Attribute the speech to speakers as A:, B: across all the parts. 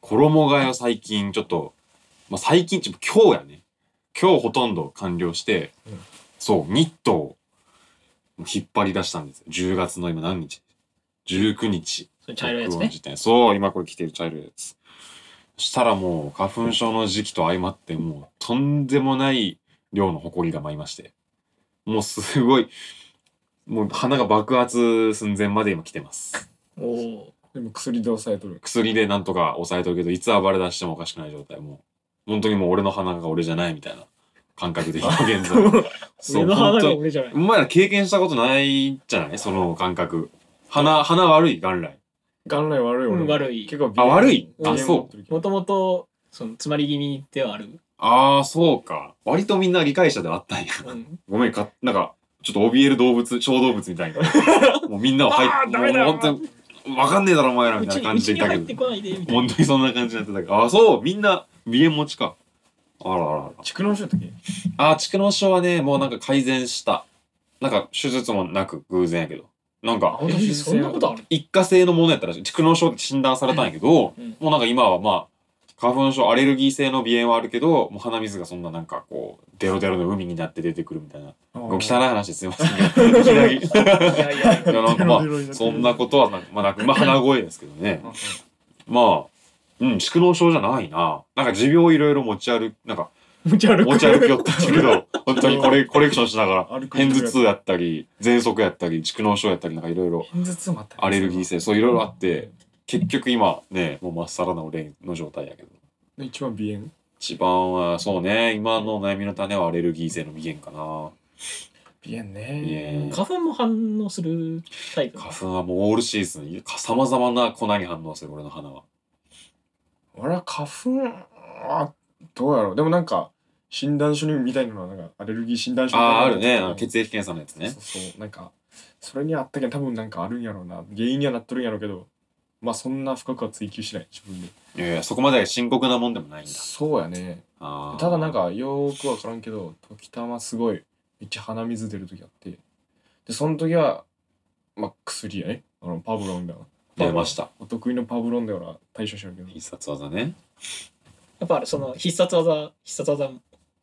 A: 衣替えは最近ちょっと、まあ、最近ちょっと今日やね。今日ほとんど完了して、
B: うん
A: そう、ニットを引っ張り出したんですよ。10月の今何日 ?19 日。
B: それ茶色いやつね
A: 録音時点そう、今これ着てる茶色いやつ。そしたらもう花粉症の時期と相まって、もうとんでもない量の埃が舞いまして。もうすごい、もう鼻が爆発寸前まで今来てます。
B: おお
C: でも薬で抑えとる。
A: 薬でなんとか抑えとるけど、いつ暴れ出してもおかしくない状態。もう、本当にもう俺の鼻が俺じゃないみたいな感 覚で今現在。そ
B: 俺
A: う、
B: の
A: 本
B: 花が
A: 当
B: 俺じゃない
A: お前ら経験したことないじゃないその感覚。鼻、鼻悪い元来。
C: 元来悪い俺
B: うん
C: も。
B: 悪い
C: 結構
A: あ悪い
C: 鼻炎
A: あそう
C: 持ってるけど
B: もともとその詰まり気味ではある、
A: ああ、そうか。割とみんな理解者ではあったんや。
B: うん、
A: ごめん、か、なんか、ちょっと怯える動物、小動物みた いな。もうみんなを入
C: あ
A: っ
C: ー
A: て、
C: ダメだ
A: もう本当に、わかんねえだろ、お前ら
B: う
A: みた
B: ち
A: いな
B: に
A: 感
B: う
A: じで
B: ちに
A: いたけ
B: 入って
A: ど。
B: こないでみたい
A: 本当にそんな感じになってたから。ああ、そう、みんな、鼻炎持ちか。あらあらあら。
C: 蓄膿症だっけ
A: あー、蓄膿症はね、もうなんか改善した。なんか手術もなく偶然やけど。なんか、
C: 本当に
B: なそんなことある
A: 一過性のものやったらしい。蓄膿症って診断されたんやけど、
B: うん
A: もうなんか今はまあ、花粉症、アレルギー性の鼻炎はあるけど、もう鼻水がそんななんかこう、デロデロの海になって出てくるみたいな。ご汚い話ですいませんけ ど。いきなり。い
B: いやい
A: や
B: や
A: なんかまあ
C: デロデロになって、る
A: そんなことはなまあなく、まあ鼻声ですけどね。まあ、うん、蓄膿症じゃないな。なんか持病いろいろ持ち歩く、なんか
B: 持ち歩く
A: 持ち歩きよったけ ど、本当にこれコレクションしながら
C: 歩、く
A: 片頭痛やったり、喘息やったり、蓄膿症やったり、なんかいろいろ、
C: 偏頭痛もあった
A: アレルギー性、そういろいろあって、結局今ね、もうまっさらな俺の状態やけど。
C: ー一番鼻炎
A: 一番は、そうね、今の悩みの種はアレルギー性の鼻炎かな。
C: 鼻炎
A: 鼻
C: ね
A: 炎
B: 花粉も反応するタイプ
A: 花粉はもうオールシーズン、さまざまな粉に反応する、俺の鼻は。
C: 俺は花粉あどうやろうでもなんか診断書にみたいなのはなんかアレルギー診断書
A: あ
C: みたいな
A: あ、あ
C: の
A: るね。あ
C: が
A: の血液検査のやつね。
C: そうそうなんかそれにあったけど多分なんかあるんやろうな原因にはなっとるんやろうけどまあそんな深くは追求しない自分で
A: いやいや、そこまで深刻なもんでもないんだ。
C: そうやね
A: あー
C: ただなん、かよーくわからんけど時たますごいめっちゃ鼻水出る時あってでその時はまあ薬やねあのパブロンだわ
A: 出ました。
C: お得意のパブロンで俺は対処しようけど
A: 必殺技ね。
B: やっぱその必殺技必殺技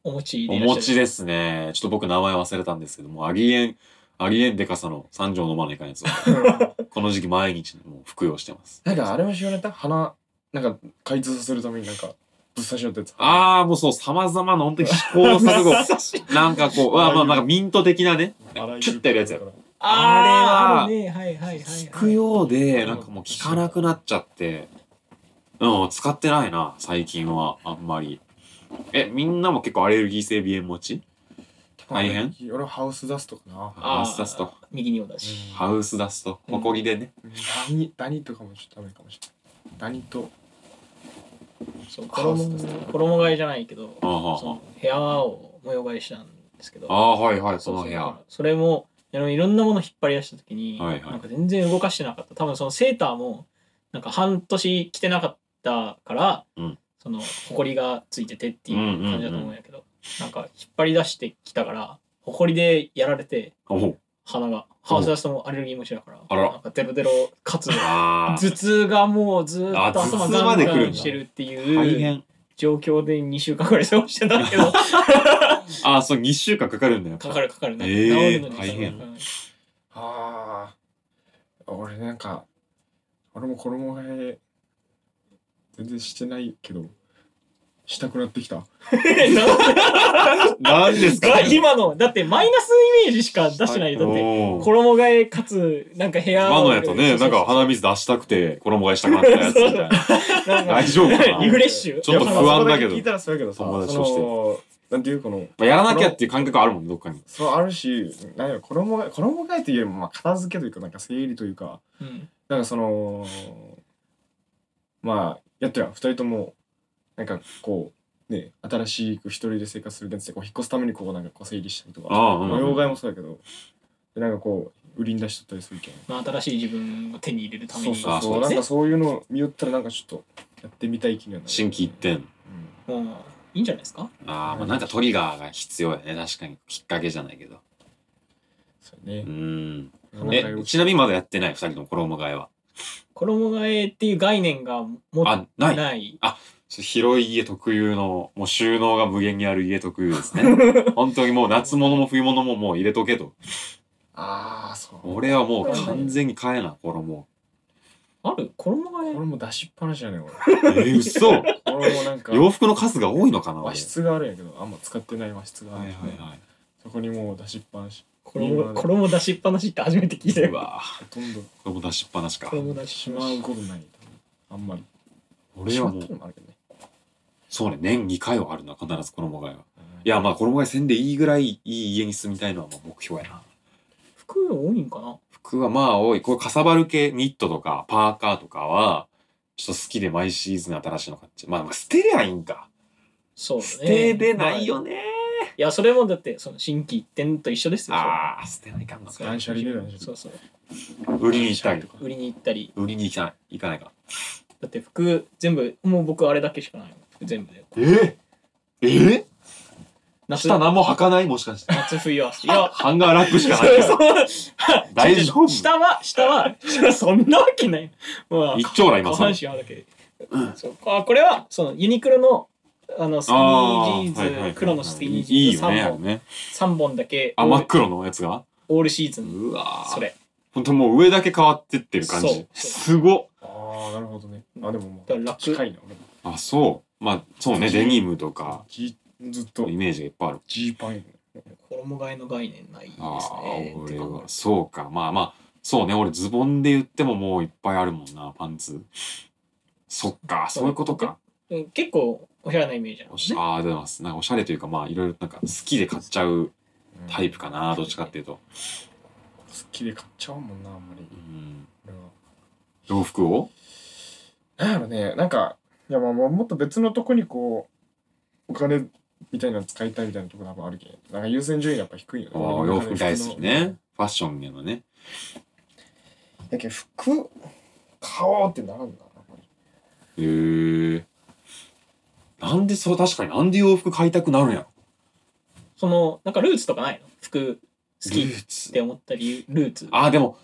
B: お持ち
A: お
B: でいらっしゃる
A: 餅ですね。ちょっと僕名前忘れたんですけども、アリエン、アリエンデカサの三錠飲まないかんやつを、 この時期毎日もう服用してます。
C: なんかあれも知られた鼻なんか開通させるためになんかぶっ刺し合ったやつ
A: ああ、もうそう、様々な本当に試行錯 誤。なんかこう、まあまあ、なんかミント的なね、キュッてやるやつや。
B: あー
A: あれは
B: あるねはいはいはいはい
A: 効くようで、なんかもう効かなくなっちゃって、うん、使ってないな、最近は、あんまり。え、みんなも結構アレルギー性鼻炎持ち大変
C: 俺はハウスダストかな
A: ハウスダスト。
B: あー右にもだし
A: ハウスダスト。ホコリでね。
C: うんダニダニとかもちょっとダメかもしれないダニと
B: そう
C: ハウ
B: 衣
C: スダスト
B: 衣替えじゃないけど
A: あーは
B: そ
A: ーはー
B: の部屋を模様替えしたんですけど
A: あー、はいはい、そ
B: そう
A: の
B: そう
A: 部屋。
B: それもあのいろんなもの引っ張り出した時に、
A: はいはい
B: なんか全然動かしてなかった多分そのセーターもなんか半年着てなかったから、
A: うん
B: その埃がついててっていう感じだと思うんやけど、なんか引っ張り出してきたから埃でやられて
A: おう
B: 鼻がハウスダストもアレルギー持ちだから
A: あら
B: なんかデロデロかつ
A: あ
B: 頭痛がもうずーっと
A: あ
B: 頭
A: 頭痛まで
B: が
A: 来るんだ
B: んしてるって
A: あ、大
B: いう
A: 変。
B: 状況で2週間ぐらい過ごしてたけ ど
A: ああ、そう、2週間かかるんだよ。
B: かかるかかるなんか
A: えー
B: 治るのに
A: 大変
B: うん
C: ああ俺なんか俺も衣替え全然してないけどしたくなってきた
A: 何ですか
B: が 今のだってマイナスイメージしか出してないよだって
A: おー
B: 衣替えかつなんか部屋
A: 今のやつね、なんか鼻水出したくて、衣替えしたくなったやつみたいな。
B: なんか
A: 大丈夫かな
B: リフレッシュ
A: ちょっと不安だけど
C: いやまあそこ聞いたらそうやけどさ
A: 友達
C: そ
A: として
C: のなんていうこの
A: まあやらなきゃっていう感覚あるもん、どっかに。
C: そうあるしなんや衣替え衣替えというよりもまあ片付けというかなんか整理というか
B: うん
C: なんかそのまあやったや2人ともなんかこうね新しく一人で生活する現地でこう引っ越すためにこうなんかこう整理したりとか
A: ああうんうん
C: 模様替えもそうだけどでなんかこう売りに出しとったりするけん
B: まあ新しい自分を手に入れるため
C: そう
B: に
C: そう
A: あ
C: そ
A: そううです
C: なん
A: ね
C: かそういうの見よったらなんかちょっとやってみたい気にはなる
A: 心規一転。
C: うん
B: もういいんじゃないですか
A: ああ、まあなんかトリガーが必要やね。確かに。きっかけじゃないけど。
C: そうね
A: うーん。
C: 衣替え
A: え、
C: を
A: ちなみにまだやってない、二人の衣替えは。
B: 衣替えっていう概念がもっ
A: あ
B: と
A: ない
B: ない
A: 広い家特有のもう収納が無限にある家特有 ですね本当にもう夏物も冬物ももう入れとけと
C: ああそう
A: 俺はもう完全に買えな衣
B: ある衣替え
C: 俺も出しっぱなしやねん 俺
A: えー、嘘
C: 俺もなんか
A: 洋服の数が多いのかな俺
C: 和室があるんやけどあんま使ってない和室があ
A: は
C: る
A: い
C: んやけど
A: はいはい
C: そこにもう出しっぱなし
B: 衣衣出しっぱなしって初めて聞いた
A: う
B: よ
A: わぁ
C: ほとんど
A: これも出しっぱなしか
B: 衣出し
C: し
B: っぱ
C: ま
B: な
C: う
B: し
C: ことないあんまり
A: 俺はもう
C: しまってるのもあるけどね
A: そうね年2回はあるな必ず衣替えは
C: うん
A: いやまあ衣替えせんでいいぐらいいい家に住みたいのはもう目標やな
B: 服多いんかな
A: 服はまあ多いこれかさばる系ニットとかパーカーとかはちょっと好きで毎シーズン新しいの買っちゃうまあまあ捨てりゃいいんか
B: そうだね
A: 捨てれないよね
B: まあいやそれもだってその新規一点と一緒ですよ
A: ああ捨てないかんの
B: そ
A: か
B: れ
C: 断捨離だよね
B: そうそう
A: 売りに行きたい
B: 売りに行ったり
A: 売りに行きたい行かないか
B: だって服全部もう僕あれだけしかないの服全部で
A: ええ
B: 夏
A: 下何も履かないもしかして
B: 夏冬 はいや
A: ハンガーラックしか
B: そ
A: ないうか
B: そ
A: ら
B: う
A: 大丈夫
B: 下は下は そんなわけないまあ
A: 一丁羅
B: 下
A: 今さ
B: 半身はだけ、そうあこれはそのユニクロのあのスキニージーンズ、
A: はいはいはい
B: 黒のスキニー
A: い
B: ジー
A: い
B: ンズ
A: よね
B: 3
A: あれ
B: 本
A: ね
B: 三本だけ
A: あ
B: オー
A: 真
B: ル
A: っ黒のやつが
B: オールシーズン
A: うわ
B: それ
A: 本当もう上だけ変わってってる感
B: そう
A: じすごっ
C: ああなるほどねあでもも
B: だから
C: う
B: 楽
C: 近いな俺も
A: あそうまあそうねデニムとか
C: ジーずっと
A: イメージがいっぱいある
C: ジーパンやね
B: 衣替えの概念ないですね
A: ああ
B: っ
A: 俺
B: て考える
A: はそうかまあまあそうね俺ズボンで言ってももういっぱいあるもんなパンツそっかそういうことか
B: うん結構おしゃれなイメージなの
A: おし
B: ね
A: ああ出ますなんかおしゃれというかまあいろいろなんか好きで買っちゃうタイプかなどっちかっていうと
C: 好きで買っちゃうもんなあんまり
A: うん
C: 俺は
A: 洋服を
C: なんやろねなんかいやまあまあもっと別のとこにこうお金みたいなの使いたいみたいなところもあるけどなんか優先順位がやっぱ低いよね
A: ああ洋服に対するねファッションへのね
C: だけど服買おうってなるんだなこれ
A: へえなんでそう確かになんで洋服買いたくなるんやろ
B: そのなんかルーツとかないの服好き
A: ル
B: っ
A: ーツ
B: て思った理由ルーツ
A: あ、でも、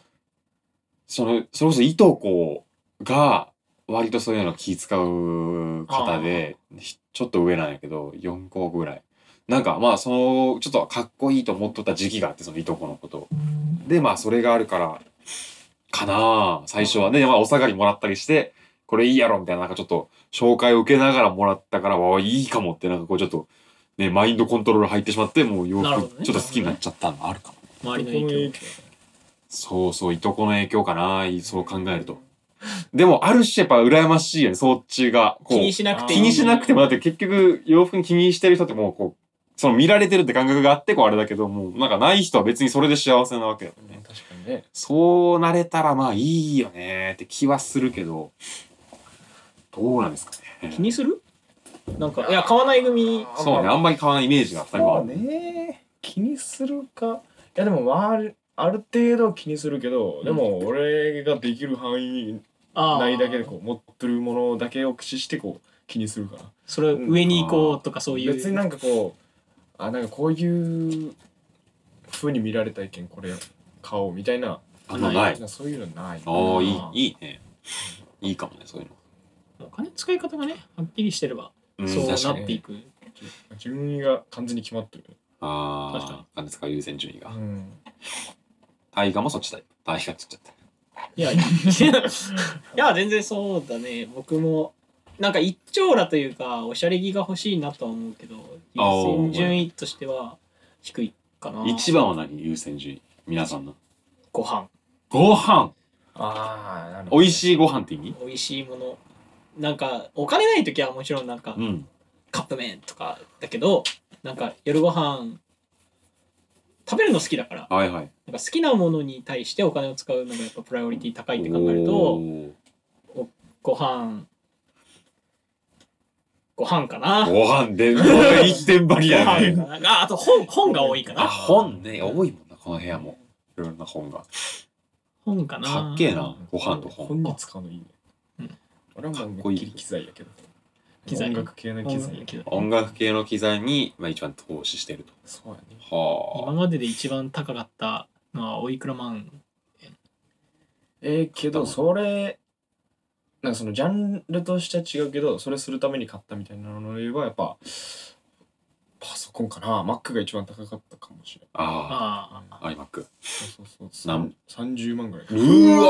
A: その、それこそいとこが、割とそういうの気使う方で、ひちょっと上なんやけど、4個ぐらい。なんかまあ、その、ちょっとかっこいいと思っとった時期があって、そのいとこのこと。で、まあ、それがあるから、かなあ最初はね、まあ、お下がりもらったりして、これいいやろみたいな、なんかちょっと、紹介を受けながらもらったから、わあ、いいかもって、なんかこうちょっと、ね、マインドコントロール入ってしまって、もう洋
B: なるほど
A: 服、
B: ね
A: ちょっと好きになっちゃったのあるかも。
B: 周りの影響
A: そうそう、いとこの影響かな、そう考えると。でも、ある種やっぱ羨ましいよね、そっちが。こう
B: 気にしなくていい
A: 気にしなくても、だって結局、洋服に気にしてる人ってもう、こう、その見られてるって感覚があって、こうあれだけど、もう、なんかない人は別にそれで幸せなわけだよ
C: うん
A: ね。
C: 確かにね
A: そうなれたらまあいいよねって気はするけど、どうなんですか
B: 気
A: ね。
B: にするなんかいや買わない組
A: そうね、あんまり買わないイメージが二人は
C: そ
A: あ
C: う
A: る。
C: ね気にするかいやでもまああるある程度気にするけどでも俺ができる範囲
B: あー
C: 内だけでこう持ってるものだけを駆使してこう気にするから
B: それ上に行こうとかそういう
C: 別になんかこうあなんかこういう風に見られたいけんこれ買おうみたいな
A: あの、ない。
C: なそういうのない
A: ああ、い
C: あ
A: い、いいね。いいかもね、そういうの。
B: お金使い方がねはっきりしてれば
A: ん
B: そう
A: 確か
B: な
A: に
B: っていく
C: 順位が完全に決まってる
B: 確か
A: ああ、金使う優先順位が
C: う。ん
A: 大河もそっちだよ。大河っちゃった。
B: いやいいいや全然そうだね僕もなんか一丁羅というかおしゃれ着が欲しいなとは思うけど
A: あー
B: 優先順位としては低いかな
A: 一番は何優先順位皆さんの。
B: ご飯
A: ご飯
C: ああなる
A: 美味
C: い
A: しいご飯って意味
B: 美味しいものなんかお金ない時はもちろんなんか
A: うん。
B: カップ麺とかだけどなんか夜ご飯食べるの好きだから
A: はいはい。
B: なんか好きなものに対してお金を使うのがやっぱプライオリティ高いって考える
A: お
B: と
A: ー
B: ご飯ご飯かな
A: ご飯で、もう一点張り
B: ご
A: や
B: 飯
A: ね。
B: かなああと本本が多いか
A: あ、
B: な
A: 本ね。多いもんな、この部屋も。いろんな本が。
B: 本かな
A: かっけえな、ご飯と
C: 本
A: 本。
C: に使うのいいね
B: うん
C: 俺はも
A: か
C: うめ
A: っ
C: っ
A: こ
C: き
A: いい
C: り機材やけど
B: 機材
C: 音楽系の機材やけど
A: 音楽系の機材に、まあ、一番投資してると。
C: そうやね
A: は
B: 今までで一番高かったのはおいくら万円
C: えー、けど
A: 買った
C: それなんかそのジャンルとしては違うけどそれするために買ったみたいなのを言えばやっぱパソコンかな Mac が一番高かったかもしれない
A: あ
B: ああ。
A: あ iMac
C: そうそう
A: な
C: そうん30万ぐらいう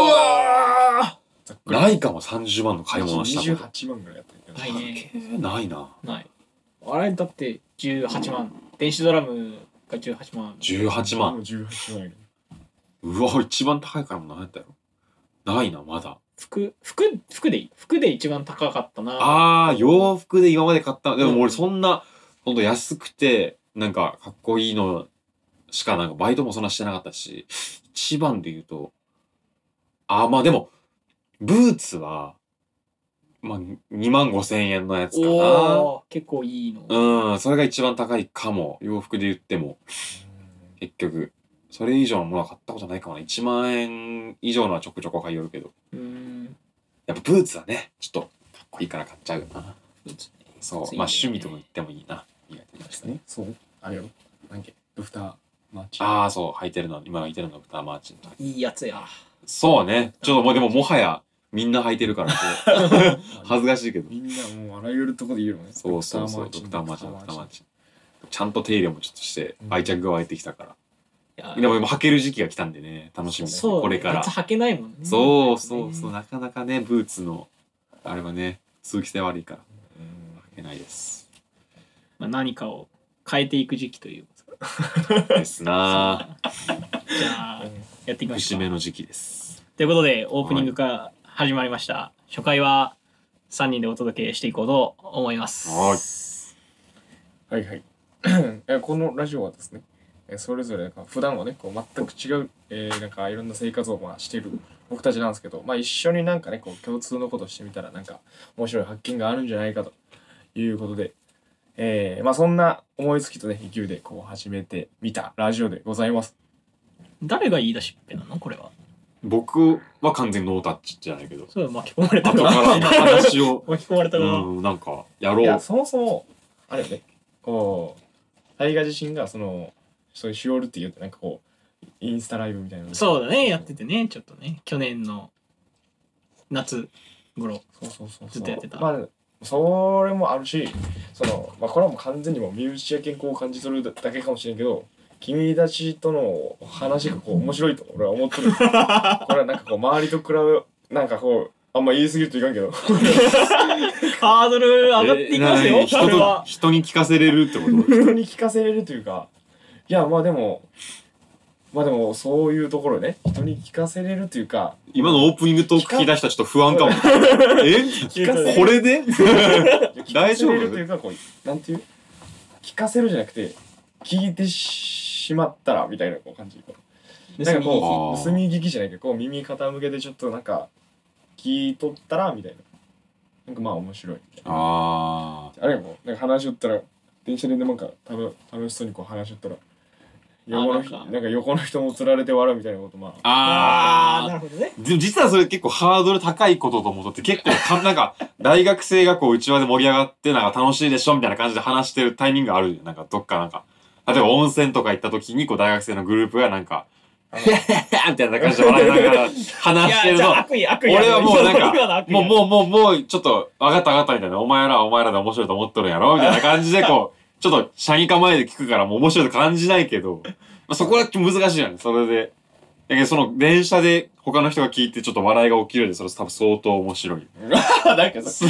A: わ
C: ざっく
A: ー
C: り
A: ないかも30万の買い物したこと
C: 28万ぐらいやったんや
B: な
C: け
B: い
C: ど
B: ね
A: ないな
B: ない。あれだって18万。電子ドラムが18万。
A: 18万
C: もう18万やけど
A: うわ一番高い買い物何やったやろないなまだ
B: 服、服、服でいい服で一番高かったな。
A: あー洋服で今まで買ったでも俺そんなほんと安くてなんかかっこいいのしかなんかバイトもそんなしてなかったし一番で言うとあーまあでもブーツはまあ2万5千円のやつかな
B: おー結構いいの。
A: うんそれが一番高いかも洋服で言っても結局それ以上のものは買ったことないかもな1万円以上のはちょくちょく買いよるけど
B: うーん。
A: やっぱブーツはねちょっとかっこいいから買っちゃうよなそう
B: ブーツいいね
A: まあ趣味とも言ってもいいな意外とね
C: ねそうあれよなんかドクターマーチ
A: ああそう履いてるの今履いてるのドクターマーチンと
B: いいやつや。
A: そうねちょっともうでももはやみんな履いてるから こう恥ずかしいけど
C: みんなもうあらゆるとこで言うよね
A: そうそうそうドクターマーチンドクターマーチンちゃんと手入れもちょっとして
C: うん
A: 愛着が湧いてきたか
B: いや
A: ら、でも今履ける時期が来たんでね楽しみだね
B: そう、
A: これから
B: 夏履けないもんね。
A: そうそうそう、
B: ね
A: なかなかね、ブーツの、あれはね、通気性悪いから、履けないです。
B: まあ、何かを変えていく時期という。
A: ですな
B: じ ゃあ、やっていき
A: ぁ
B: まし
A: 節
B: ょう
A: 目。の時期です。
B: ということでオープニングから始まりました、初回は3人でお届けしていこうと思います
A: はい
C: はいはい えこのラジオはですねえそれぞれなんか普段はねこう全く違う、えーなんかいろんな生活をまあしている僕たちなんですけど、まあ、一緒になんかねこう共通のことをしてみたらなんか面白い発見があるんじゃないかということで、えーまあ、そんな思いつきとね勢いでこう始めてみたラジオでございます。
B: 誰が言い出しっぺなのこれは
A: 僕は完全にノータッチじゃないけど、
B: そう巻き込まれた
A: 後
B: の
A: から話を、
B: 巻き込まれた
A: う
B: の、
A: ん、なんか、や
C: い
A: ろ
C: や
A: う。
C: そもそもあれよねこう大河自身がそのそういうしおるっていうとなんかこうインスタライブみたいなの
B: そうだねやっててねちょっとね去年の夏頃
C: そうそうそうそう
B: ずっとやってた
C: まあそれもあるしその、まあ、これはもう完全にもう身内や健康を感じ取るだけかもしれんけど君たちとの話がこう面白いと俺は 思ってるこれはなんかこう周りと比べなんかこうあんま言い過ぎるといかんけど
B: ハードル上がっていきますよ、
A: えー人
B: これ
A: と
B: は
A: 人に聞かせれるってこ
C: 人に聞かせれるというかいやまあでもまあでもそういうところね人に聞かせれるというか
A: と今のオープニングトーク聞いた人はちょっと不安かも。え
C: 聞かせ
A: これで大丈
C: 聞かせれると
A: 夫
C: いうかこうなんていう聞かせるじゃなくて聞いてしまったらみたいなこう感じなんかこう
A: 盗
C: 盗
A: み
C: み聞きじゃないけどこう耳傾けてちょっとなんか聞いとったらみたいななんかまあ面白いみたいな
A: あ
C: あれもなんか話しよったら電車でなんか楽楽しそうにこう話しよったら横のひ
B: なんか
C: なんか横の人もつられて笑うみたいなことま
A: あ。
C: あ
A: あー
B: ああなるほどね
A: でも実はそれ結構ハードル高いことと思っとって結構かなんか大学生がこう内輪で盛り上がってなんか楽しいでしょみたいな感じで話してるタイミングがあるじゃんなんかどっかなんか例えば温泉とか行った時にこう大学生のグループがなん か「
C: あ
A: へへへ」みたいな感じで笑いながら話してる
B: いやじゃ
A: の
B: あ悪意悪意
A: 俺はもうなんか
B: 今の悪意
A: もうもうもうもうちょっと分かった分かったみたいなお前らはお前らで面白いと思っとるんやろみたいな感じでこうちょっと車に構えて聞くからもう面白いと感じないけど、まあ、そこは難しいよねそれで。だけどその電車で他の人が聞いてちょっと笑いが起きるんでそれ多分相当面白い。
C: なんかさ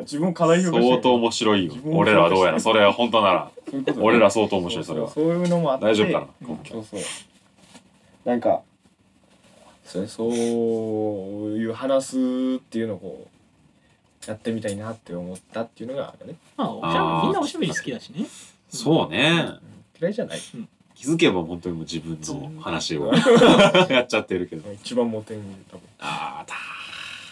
C: 自分課題を
A: 相当面白いよ
C: 自。分を
A: 俺らはどうやらそれは本当なら
C: そういうことね
A: 俺ら相当面白いそれは
C: そう。そういうのもあって
A: 大丈夫かな
C: うんそうそうなんかそれそういう話すっていうのをこうやってみたいなって思ったっていうのがね
B: まあおしゃべり
A: あー
B: みんなおしゃべり好きだしね
A: そうね。
C: 嫌いじゃない
A: 気づけば本当にもう自分の話をやっちゃってるけど。
C: 一番モテん多分
A: あーだ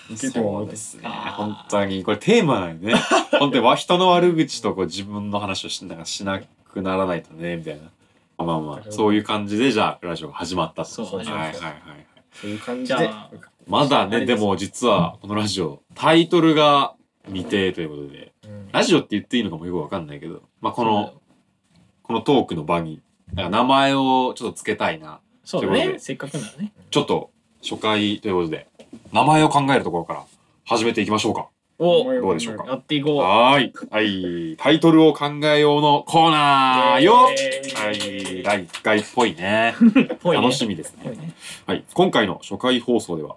A: ー
C: 受けても
A: そ
C: モ
A: う
C: テ
A: で
C: ん
A: すね本
B: あー
A: 当にこれテーマだよ ね本当にわ人の悪口とこう自分の話をしなんかしなくならないとねみたいなまあまあまあそういう感じでじゃあラジオが始まったと
B: そう
A: はい
B: 始
A: は
B: ま
A: い
B: っ
A: はい
B: た
A: はい
C: そういう感じ
B: じ
C: で
B: ゃあ
A: まだ
B: あ
A: ね
B: れ
A: で
B: です
A: も実はこのラジオタイトルが未定ということで
C: うん
A: ラジオって言っていいのかもよくわかんないけどまあこのこのトークの場になんか名前をちょっとつけたいな
B: そうだ
A: ということ
B: ね
A: で
B: せっかくならね
A: ちょっと初回ということで名前を考えるところから始めていきましょうか。
B: お
A: どうでしょうか
B: やっていこ
A: はーい。はい。タイトルを考えようのコー
B: う。
A: ナーよは。
B: はい
A: 第1回っぽいね。楽しみですね。
B: ね。
A: はい、今回の初回放送では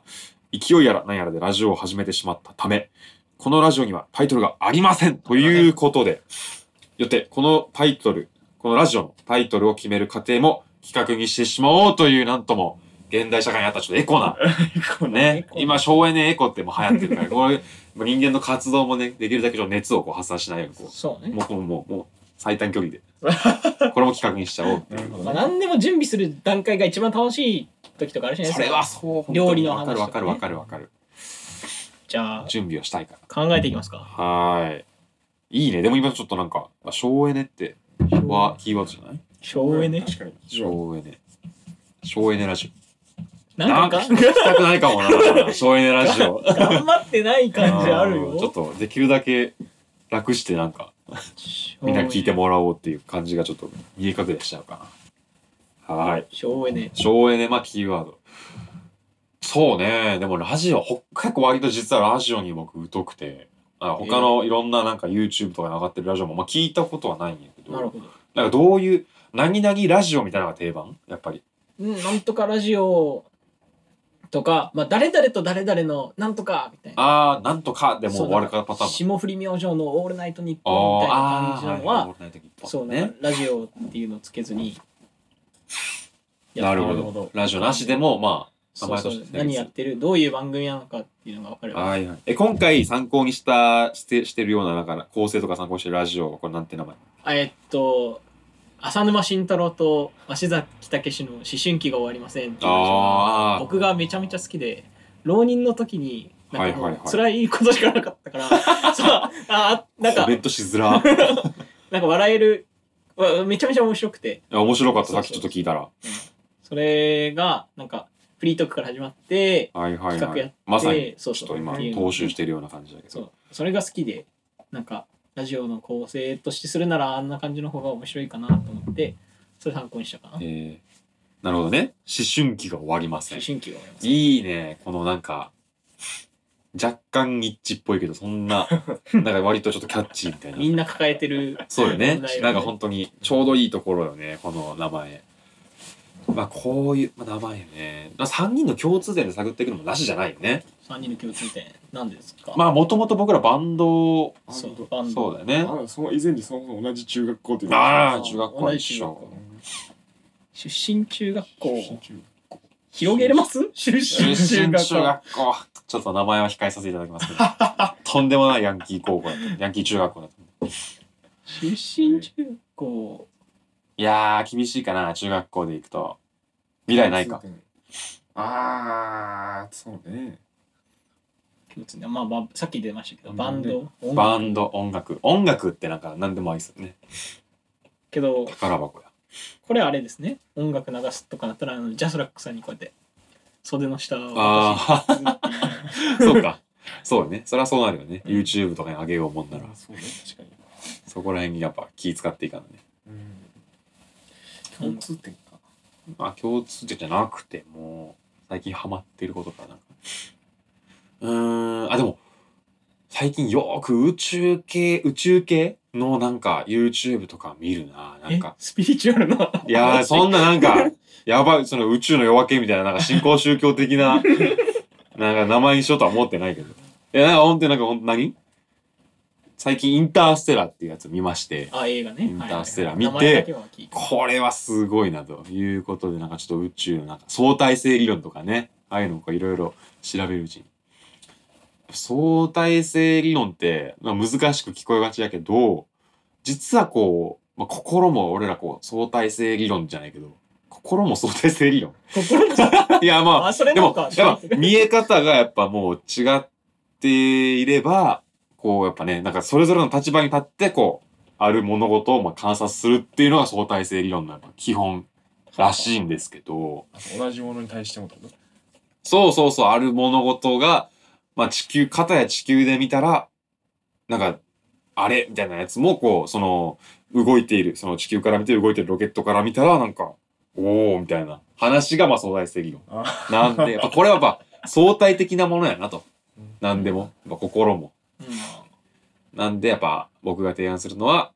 A: 勢いやらなんやらでラジオを始めてしまったためこのラジオにはタイトルがありませんということでよってこのタイトルこのラジオのタイトルを決める過程も企画にしてしまおうというなんとも現代社会にあったちょっとエコなね
B: エコ
A: 今省エネエコってもう流行ってるからこういう人間の活動もねできるだけの熱をこう発散しないようにこ
B: そう
A: う
B: ね。
A: もうもうもうもう最短距離でこれも企画にしちゃおうっていう
B: まあ、何でも準備する段階が一番楽しい時とかあるじゃない
A: そ
B: で
A: れ
B: す
A: は
B: か。
A: そう
B: 料理の話
A: わかるわかるわ
B: とか
A: かるわかる
B: じゃあ、
A: 準備をしたいから
B: 考えていきますか。
A: はーい。いいね。でも今ちょっとなんか、あ省エネってはキーワードじゃない
B: 省エネ
C: 確かに。
A: 省エネ。省エネラジオ。
B: なんか
A: 聞、きたくないかもな。省エネラジオ。
B: 頑張ってない感じある
A: うんちょっ
B: よ。
A: とできるだけ楽してなんか、みんな聞いてもらおうっていう感じがちょっと見え隠れしちゃうかな。はーい。
B: 省エネ。
A: 省エネ、まあキーワード。そうね。でもラジオ、ほ結構割と実はラジオに僕疎くて、あ他のいろんななんか YouTube とかに上がってるラジオも、まあ聞いたことはないんやけど。
B: なるほど。
A: なんかどういう、何々ラジオみたいなのが定番やっぱり。
B: うん、なんとかラジオとか、まあ、誰々と誰々のなんとかみたいな。
A: あー、なんとかでも終わるかパターンも。
B: 霜降り明星のオールナイトニッポンみたいな
A: あ
B: 感
A: ー
B: じなの
A: あー、
B: は、
A: はいはい
B: そうね
A: ね。、
B: ラジオっていうのをつけずに。
A: なるほ
C: なるほ
A: ど
C: ど。
A: ラジオなしでも、ま
B: そうそ
A: 名前
B: う
A: として
B: 何やってるどういう番組なのかっていうのが分かれ
A: あ、
B: ば
A: はいはい。え、今回参考にした、して、してるような、なんか、構成とか参考にしてるラジオ、これなんて名前
B: あえっと浅沼慎太郎と足崎武史の「思春期が終わりません」っていうラジオが
A: あー。
B: 僕がめちゃめちゃ好きで浪人の時になんかも
A: はいはいうはい
B: 辛いことしかなかったから そうあーなん
A: コ
B: か
A: メントしづら。
B: なんか笑えるわめちゃめちゃ面白くて
A: あ面白かった、
B: そ
A: さ
B: う
A: っ
B: そ
A: き
B: う
A: ちょっと聞いたら。
B: それがなんかフリートークから始まって
A: はいはい
B: 企
A: は
B: 画やっ
A: い
B: て。
A: まさに、
B: そう
A: ち
B: そ
A: ょっと
B: う
A: 今、
B: っていうの
A: 踏襲してるような感じだけ
B: そ
A: ど。
B: うそれが好きでなんかラジオの構成としてするならあんな感じの方が面白いかなと思ってそれ参考にしたかな
A: えー、なるほどね。思春期が終わりません
B: 思。春期が思います
A: いいね。このなんか、若干ニッチっぽいけど、そん な、なんか割とちょっとキャッチーみたいな
B: み。んな抱えてる
A: そうよね
B: 問題。
A: なんか本当に、ちょうどいいところよね、この名前。まあこういう、まあ、名前よね。まあ、3人の共通点で探っていくのもなしじゃないよね。
B: 3人の共通点なんですか、
A: まあもともと僕らバンドを、
B: そうバンド
A: そうだよね。
C: あその以前にそもそも同じ中学校っていうのが
A: ああ、中学校は一緒。
B: 出身中学
C: 出身
B: 校
C: 中
B: 広げれます出
A: 出
B: 身中
A: 身
B: 学
A: 中
B: 校
A: 学校。ちょっと名前は控えさせていただきますけど。とんでもないヤンキー高校だった。ヤンキー中学校だった。
B: 出身中学校
A: いやー、厳しいかな、中学校で行くと。未来ないか。。
C: ああ、そうね。
B: 共通点まあ、まあ、さっき出ましたけどバン
C: バン
B: ド音楽
A: バンド、音楽。音楽ってなんか何でもありそうね。
B: けど
A: 宝箱や。
B: これあれですね音楽流すとかなったらあのジャスラックさんにこうやって袖の下を私
A: ああ、そうか。そうよね。そりゃそうなるよね。YouTube とかに上げようもんなら。
C: そうね、確かに。
A: そこら辺にやっぱ気使っていかんね。
C: うん。共通点か。
A: まあ共通点じゃなくても、最近ハマってることかな。うーん、あ、でも、最近よく宇宙系、宇宙系のなんか YouTube とか見るな。なん
B: え
A: か、
B: スピリチュアルない
A: やー、そんななんか、やばい、その宇宙の夜明けみたいな、なんか信仰宗教的な、なんか名前にしようとは思ってないけど。いや、なんか本当になんかほんと何最近インターステラーっていうやつ見まして、
B: あ映画ね
A: インターステラー
B: はいはい
A: 見
B: はい
A: て
B: 名前だけは聞い
A: これはすごいなということで、なんかちょっと宇宙のなんか相対性理論とかね、ああいうのをこういろいろ調べるうちに。相対性理論って、まあ、難しく聞こえがちだけど、実はこう、まあ、心も俺らこう相対性理論じゃないけど、心も相対性理論
B: 心の中
A: いやまあ
B: あそれ
A: で
B: なん
A: も
B: か
A: やっぱ見え方がやっぱもう違っていればこうやっぱねなんかそれぞれの立場に立ってこうある物事をまあ観察するっていうのが相対性理論のやっぱ基本らしいんですけど
C: あと同じものに対してもってこと
A: そうそうそうある物事が、まあ、地球片や地球で見たらなんかあれみたいなやつもこうその動いているその地球から見て動いてるロケットから見たらなんかおおみたいな話がまあ相対性理論。
C: あ
A: なんで、やっぱこれはやっぱ相対的なものやなと
C: うん。
A: 何でも。やっぱ心も。なんでやっぱ僕が提案するのは、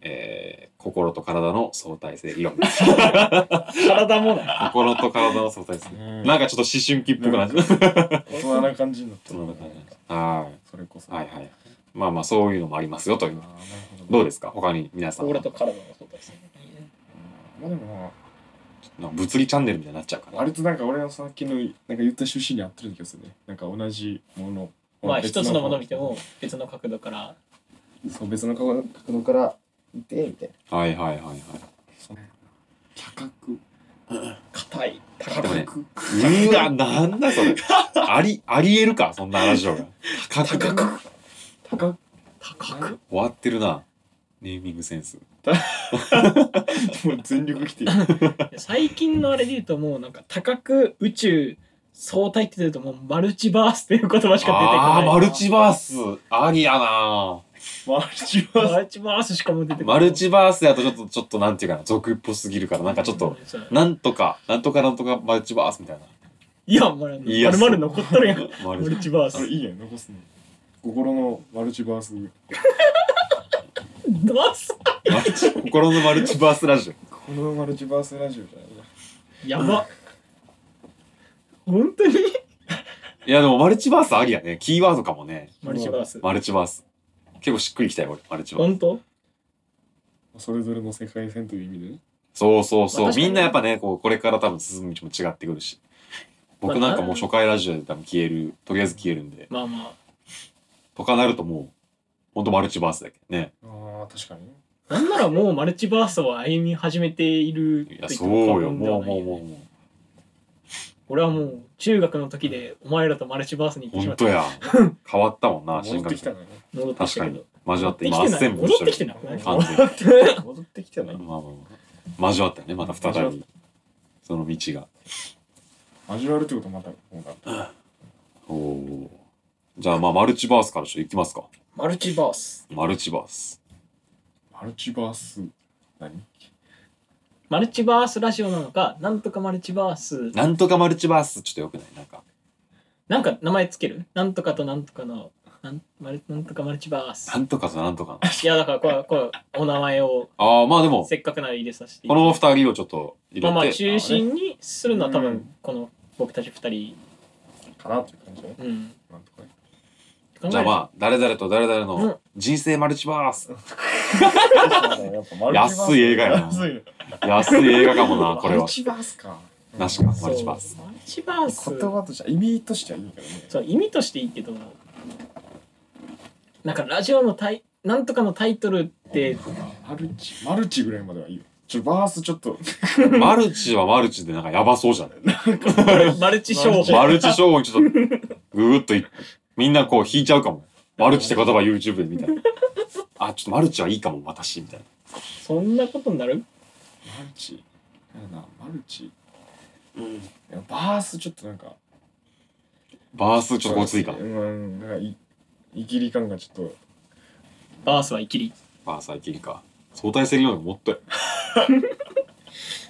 A: えー心と体の相対性理論。
B: 体 もな
A: 心と体の相対性。なんかちょっと思春期っぽくなっちゃう。
C: 大人な感じになっ た。
A: そんな感じなんですはい
C: それこそ。
A: はいはい。まあまあそういうのもありますよと
C: あ
A: い
C: ー
A: う
C: な。るほど
A: ど
C: ね
A: うですか他に皆さん。
B: 心と体の相対性
C: まあでもまあ
A: なんか物理チャンネルみたいになっちゃうから。
C: あれとなんか俺のさっきのなんか言った趣旨に合ってる気がするね。なんか同じもの。
B: まあ一つのもの見
C: 見
B: ても別の角度から
C: そう別の角度から見てみたいな。
A: はいはいはいはい。
C: そう多角。
B: 硬い高
C: 多
A: でも
B: く
A: ね
C: 角。
A: うわ、なんだそれ。あり、ありえるかそんなラジオが。高く
C: 多
A: 終
C: 角。多角。
B: 高く
A: わってるな。ネーミングセンス。
C: もう全力来てる。
B: 最近のあれで言うともうなんか高く宇宙相対って出るともうマルチバースっていう言葉しか出てこ
A: あ
B: な
A: あー、
B: い
A: マルチバース。ありやな。
C: マルチバース
B: マルチバースしかもう出てこな
A: マ
B: い
A: ルチバースやとちょっと、ちょっとなんていうかな、俗っぽすぎるから、なんかちょっと、なんとか、なんとかなんとかマルチバースみたいな。
B: いやまる
A: いや
B: まる残っとるやん
A: マ
B: マ
A: ル
B: ル
A: チ
B: チバー
C: あれ
B: ス
C: いいやん残すの。心のマルチバース。
B: ダサ
A: マルチ心のマルチバースラジオ。
C: 心のマルチバースラジオじゃないな。
B: やば本当に
A: いや、でもマルチバースありやね。キーワードかもね。
B: マルチバース
A: マルチバース。結構しっくりきたよ、俺、マルチバース。
B: 本当
C: それぞれの世界線という意味でね。
A: そうそう
B: ま
A: そう。
B: あ確かに
A: みんなやっぱね、こう、これから多分進む道も違ってくるし。僕なんかもう初回ラジオで多分消える、とりあえず消えるんで、
B: まあま
A: とかなるともう、ほんとマルチバースだけどね。
C: ああ、確かに。
B: あなんならもうマルチバースを歩み始めている
A: いや、そうよ。もうもう
B: う
A: もうも
B: 俺はもう中学の時でお前らとマルチバースに行っ
A: う。
B: てし
A: ほ
B: ま
A: ん
B: っ
A: と
B: た
A: や。変わったもんな、
C: 戻ってきた
A: 新
C: のよね。
B: 戻ってき
A: 確
B: た
A: か
B: け
A: に
B: ど。
A: 交わって今、
B: 戻
A: あ
B: っ
A: ってせ
B: きてない
A: んぼ
B: 戻ってき
A: してる。
B: なくない
A: 完全に。
C: 戻ってきたのよ
A: まあまあまあ。交わったよね、また再び。その道が。
C: 交わるってことはまた、今回
A: おお。じゃあまあ、マルチバースからちょっと行きますか。
B: マルチバース
A: マルチバース。
C: マルチバース。何
B: マルチバースラジオなのかなんとかマルチバース
A: なんとかマルチバース、ちょっとよくないなんか。
B: なんか名前つけるなんとかとなんとかのなんマルなんとかマルチバース
A: なんとかとなんとかの。
B: いやだからこれこれお名前を
A: ああ、まあでも、
B: せっかくなら入れさせて
A: この二人をちょっと入れて。
B: まあまあ中心にするのは多
C: う
B: 分
C: ん
B: この僕たち二人
C: かなっていう感じだね。
B: うん
C: なんとかね。
B: 考える
A: じゃあまあ、誰々と誰々
B: うん
A: の人生マルチバー ス。
C: やっぱマルチバース
A: 安い映画やな
C: 安い。
A: 安い映画かもな、これ
C: マ
A: は
C: ル。チバースか。
A: なしか
B: そ
A: マ
B: う
A: ルチバース
B: マルチバース
C: 言葉としては、意味としてはいいけどね。
B: そう意味としていいけどなんかラジオのタイなんとかのタイトル って
C: マルチ、マルチぐらいまではいいよ。ちょ、バースちょっと、
A: マルチはマルチでなんかやばそうじゃない
B: マルチ商法
A: マルチ商法にちょっと、ぐぐっとい、みんなこう引いちゃうかも。マルチって言葉 YouTube で見たら。あ、ちょっとマルチはいいかも、私、みたいな。
B: そんなことになる
C: マルチ。なんだな、マルチ。いやバースちょっとなんか、
A: バースちょっとごついかも
C: う。ん、なんかい、いきり感がちょっと、
B: バースは生きり
A: まあ最近か。相対性理論がもっとや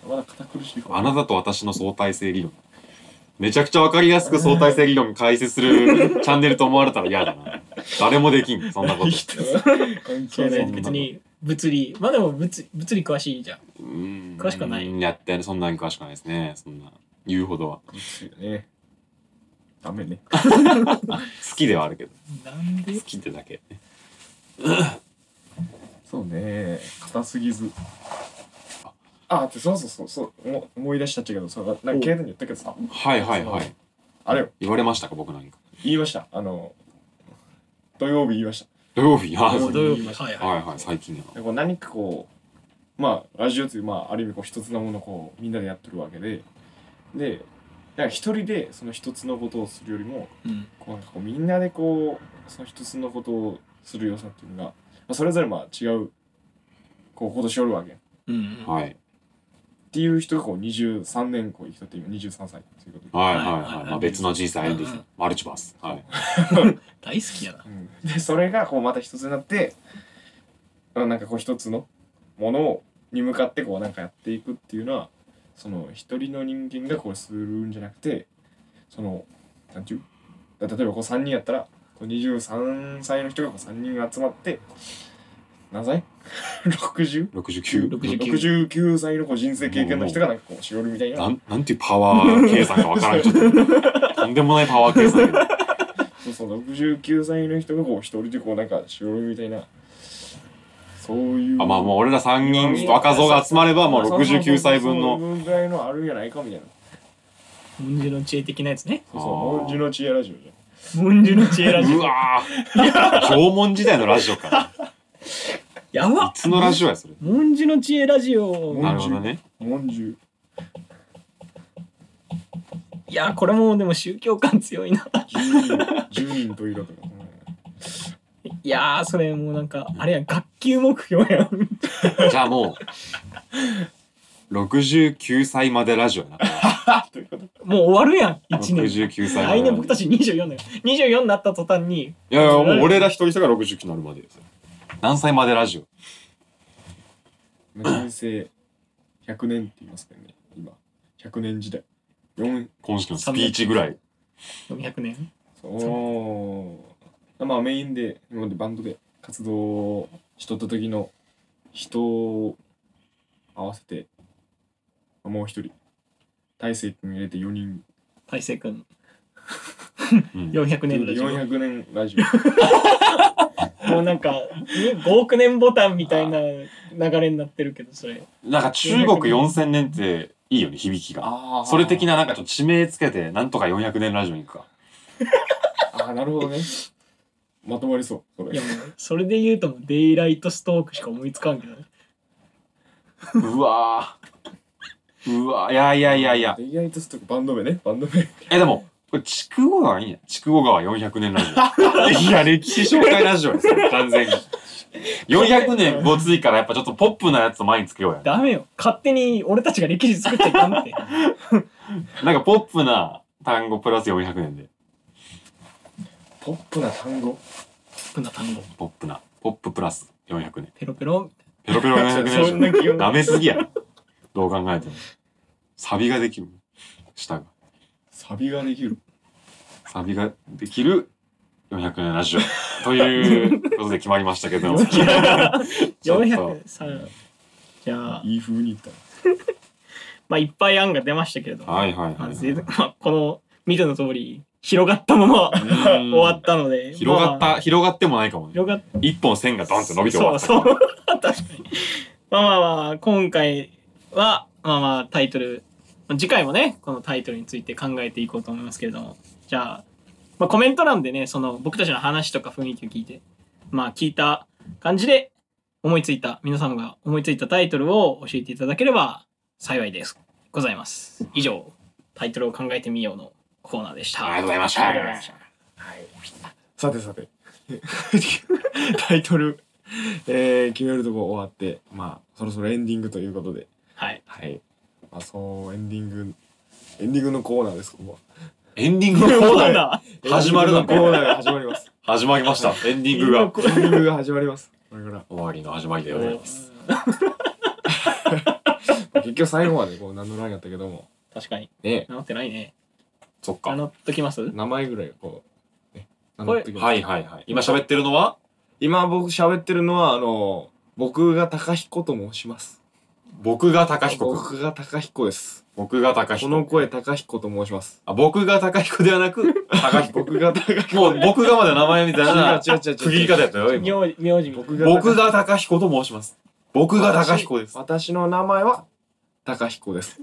C: まだ堅苦しいかも
A: あなたと私の相対性理論。めちゃくちゃわかりやすく相対性理論解説す るチャンネルと思われたら嫌だな。誰もできん、そんなこと。
C: 関
B: そう
C: 係な
B: ね
C: い。
B: 別に物理まあでも物物理詳しいじゃん詳
A: 詳
B: しくはない
A: やって、そんなに詳しくないですね。そんな。言うほどは。
C: ね。ダメね。
A: 好きではあるけど。
B: なんで
A: 好きってだけ。
C: そうね。硬すぎず。あ、あってそうそうそうそう思思い出したっちゃけど、そうなん
B: お
C: か携帯に言ったけどさ、
A: はいはいはい。
C: あれよ
A: 言われましたか、僕なんか。
C: 言いました。あの土曜日言いまし
A: 土曜日、あ
B: もう
A: は
B: 土曜日はいはい
A: いはい、最近や
C: た。でこう何かこうまあラジオというまあある意味こう一つのものをこうみんなでやってるわけで、でなんか一人でその一つのことをするよりも
B: うん
C: こうなんかこうみんなでこうその一つのことをする良さっていうのが、まあ、それぞれまあ違うこうことしおるわけよ
B: うん
A: な。はい。
C: っていう人がこう23年こう生きとって今23歳ということで、
A: はいはい
B: はい
A: は。
B: はいい
A: まあ別の人生歩んでき
B: うんう
A: た
B: ん。
A: マルチバース。はい。
B: 大好きやな
C: でそれがこうまた一つになってうんなんかこう一つのものをに向かってこうなんかやっていくっていうのはその一人の人間がこうするんじゃなくてそのなんていうだ例えばこう3人やったらこう23歳の人がこう3人集まって何歳 ?60?
A: 69
C: 69歳のこう人生経験の人がなんかこうしおるみたい
A: な
C: なん
A: なんていうパワー計算かわからんちょっととんでもないパワー計算だけど
C: そうそう69歳の人がこう一人でこうなんかしおるみたいなそういう
A: あまあもう俺ら3人若造が集まればもう69歳分
C: そう
A: の
C: そうそうそう分ぐらいのあるんやないかみたいな
B: 文字の知恵的なやつね。
C: そう
A: あ
C: そう
A: ー
C: 文殊の知恵ラジオじ
B: 文字の知恵ラジ
A: う
B: オ。
A: わー縄文時代のラジオか
B: や
A: い
B: ば
A: つのラジオやそれ
B: 文字の知恵ラジオ。
A: なるほどね
C: ゃん文殊
B: いや、これもでも宗教感強いな。
C: 10人 ,10 人と色とか
B: いやー、それもうなんか、あれや、学級目標やん。
A: じゃあもう69歳までラジオやな
C: あということ
B: もう終わるやん、1年。
A: 69歳ま
B: 来
A: で
B: 年僕たち24だよ。24になった途端に、
A: いやいや、もう俺ら一人一人が69になるまでですよ。何歳までラジオ
C: 人生100年って言いますけどね今100年時代4
A: 今式のスピーチぐらい。
B: 400年。
C: そうまあメインで今までバンドで活動しとった時の人を合わせてもう一人大勢君入れて4人
B: 大成君、
A: うん
B: 400年ラジオ。
C: 400年ラジオ
B: もうなんか、5億年ボタンみたいな流れになってるけど、それ。
A: なんか中国4000年っていいよね、響きが。
C: あ
A: それ的
C: な
A: ななんかちょっと地名つけて、なんとか400年ラジオに行くか。
C: ああなるほどねまとまりそうそ
B: い
C: れ
B: やもう、それで言うともう、デイライトストークしか思いつかんけどね。
A: うわぁ。うわぁ。いやいやいやいや。
C: レイアイトストックバンド名ねバンド名
A: え、でも、これ、筑後川いいね。筑後川400年ラジ オ。いや、歴史紹介ラジオですよ、完全に。400年ごついから、やっぱちょっとポップなやつ前につけようや。
B: ダメよ。勝手に俺たちが歴史作っちゃいかんって。
A: なんかポップな単語プラス400年で。
C: ポップな単語
B: こんな単語。
A: ポップな。ポッププラス400年。
B: ペロペロ。
A: ペロペロ400年でし
C: そんな気
A: ょ。
C: 温
A: 舐めすぎやろ。どう考えても。サビができる。下が。
C: サビができる
A: サビができる400年ラジオ。ということで決まりましたけど も。ちょっと
B: 400さん。じゃあ、
C: いい風に言った
B: まあ、いっぱい案が出ましたけれども、
A: はいはい
B: ま
A: は
B: あ
A: い。
B: ぜまあ、この見ての通り、広がったまま
A: 終
B: 終わったので、
A: 広がっ
B: まあ
A: た、広がってもないかもね。
B: 広がっ
A: 一本線がドンと伸びて終わった。
B: そうそう 確かにまあまあまあ今回はまあまあタイトル次回もねこのタイトルについて考えていこうと思いますけれどもじゃあ、まあ、コメント欄でねその僕たちの話とか雰囲気を聞いてまあ聞いた感じで思いついた皆様が思いついたタイトルを教えていただければ幸いですございます以上タイトルを考えてみようのコーナーでした
A: ありがとうございまし。
B: ありがとうございました
C: はい。さてさて。 タイトル、えー、決めるとこ終わって、まあ、そろそろエンディングということで。
B: はい
C: はい。まあ、そう、エンディング、エンディングのコーナーです、ここ
A: エンディング
B: コ
A: のコーナ
B: ー
A: ー
B: ナ
C: は。
A: 始まるの
C: エンディングのコーナーが始まります。
A: 始まりました。エンディング
B: エンディン
A: が
B: グ
C: エンディングが始まります。これから。
A: 終わりの始まりでございます。
B: ー
C: 結局最後までこう名乗らんやったけども、
B: 確かに
C: ね、
B: 名乗ってないね
A: そっ
B: 名
A: か。
B: 乗っときます
C: 名前ぐらいこう、ね、名
B: こ
C: 乗
B: れ
C: ってきます
A: はいはいはい。今喋ってるのは
C: 今僕喋ってるのは、あの、僕が高彦と申します。
A: 僕が高彦君。
C: 僕が高彦です。
A: 僕が高
C: こ
A: 彦。
C: の声高彦と申します。
A: あ、僕が高彦ではなく、高 彦。
C: 僕が高彦。
A: もう僕がまだ名前みたいな
C: 違う違う違う違う
A: 区切り方やったよ、今。
B: 名字名字僕
C: が
A: 僕が高彦と申します。僕が高彦です。
C: 私の名前は高彦です。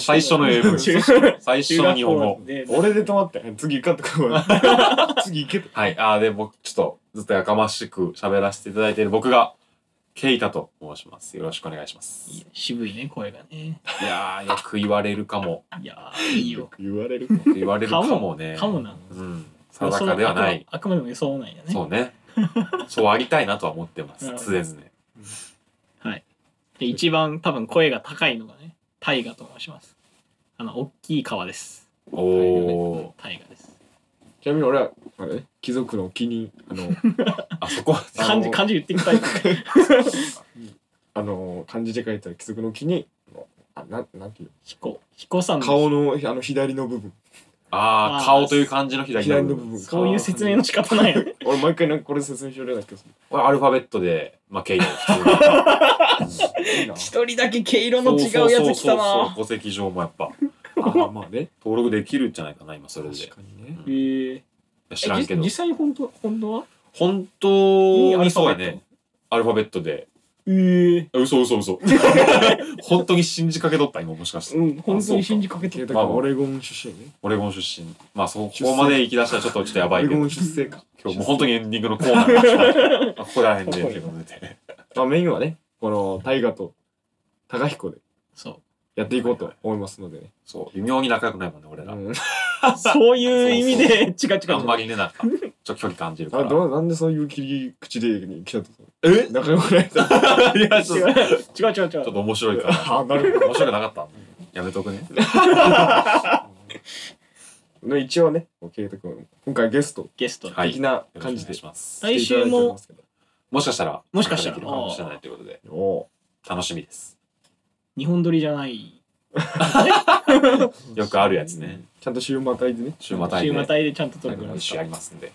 A: 最初の英文。
B: 中
A: 最初
B: 中
A: の
B: 学
A: 日本
B: 校
A: 語。
B: で
C: 俺で止まって。次行かってこない。 次行けと。
A: はい。あーで、僕、ちょっと、ずっとやかましく喋らせていただいている僕が、ケイタと申します。よろしくお願いします。い
B: 渋いね声がね
A: やー、よく言われるかも。
B: いやーいいよ
C: 言われる。
A: よく言われるかもね。
B: かもな
A: うん。定かではない。
B: あくまでも予想なんやね
A: そうね。そうありたいなとは思ってます。
B: なるほど
A: 常々。
B: で一番多分声が高いのがねタイガと申しますあの大きい川です
A: おお
B: タイガです
C: ちなみに俺は、あれ貴族の気に、あ の、
A: ー。あそこは、
C: あの
B: 漢字漢字言ってみたい
C: あの、漢字で書いた貴族の気に、あのあ、なん、なんていう
B: 彦彦さんの
C: 顔の、あの、左の部分。
A: あ
B: あ
A: あ
B: ー
A: 顔という感じの左
C: 左
A: の
C: の
A: 部
C: 部
A: 分
C: 分
B: そういう説明の仕方なん やね。
C: 俺毎回なんかこれ説明しようだけど
A: これアルファベットでまあ経緯
C: いいな
B: 一人だけ毛色の違うやつ来たな。
A: 戸籍上もやっぱ
C: あまあね
A: 登録できるんじゃないかな今それで
C: 確かにね
B: えー、
A: 知らんけど
B: え実際本当本当は
A: 本当にそうや
B: いいア
A: ねア
B: ルファベット
A: ルファベットで
B: えー、
A: あ嘘嘘嘘本当に信じかけとった今もしかして
B: うん、本当に信じかけて
C: だ
B: る。
C: からオレゴン出身ね
A: オレゴン出身まあそこまで行き出したらちょっとちょっとやば
C: オ
A: い
C: レ
A: け
C: ゴ
A: ど
C: ン出生か
A: 今日もう本当にエンディングのコーナーにあここら辺でっていうことで
C: まあメインはねこの大河と高彦で
B: そ
C: やっていこうと思いますのでね
A: そう微妙に仲良くないもんね俺ら、
C: うん
B: う。そういう意味で、違う違う違う。
A: あんまりねなんかちょっと距離感じるか
C: あ
A: ら
C: どうなんでそういう切り口で来たと
A: え
C: 仲良くないと
A: いやち
B: 違う
A: ょっとち
B: 違う違う違
A: ょっと
B: う。
A: 面白いから
C: あなるほど
A: 面白くなかったやめとくね
C: の一応ね、ケイト君、今回ゲスト
B: ゲスト。
A: はい
C: 的な
A: よろ
C: 感
A: しくお願
C: じで
A: いします
B: 来週も
C: 来ていただいておりますけど。
A: もしかしたら
B: もしかしたら
A: 参加できるかもしれないということで
C: おお
A: 楽しみです
B: 日本撮りじゃない。
A: よくあるやつね
C: ー。ちゃんと週またいでね。
A: 週またい
B: 週ま
A: で
B: たいでちゃんと撮るから。
A: 一
B: じ
A: 週ありますんで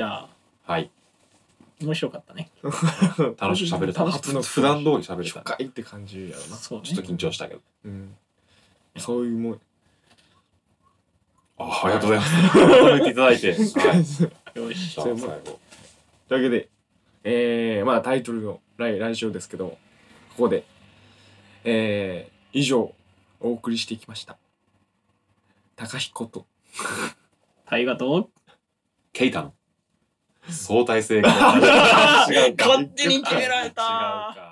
B: ゃあ、
A: はい
B: 面白かったね。
A: 楽しく喋れた
C: 楽しく
A: 普普段通り喋れ
C: 初
A: た
C: 回って感じやろな。
B: そうね
A: ちょっと緊張したけど
C: うん。そういう もん。
A: あありがとうございますまとめていただいてはい
C: という
B: よし。
A: じゃあ最後
C: わけで、えー、まだタイトルの来来週ですけども、ここで、えー、以上、お送りしてきました。高彦と、
B: 大河と。
A: ケイタの相対性が違うか
B: 勝手に決められた
A: 違うか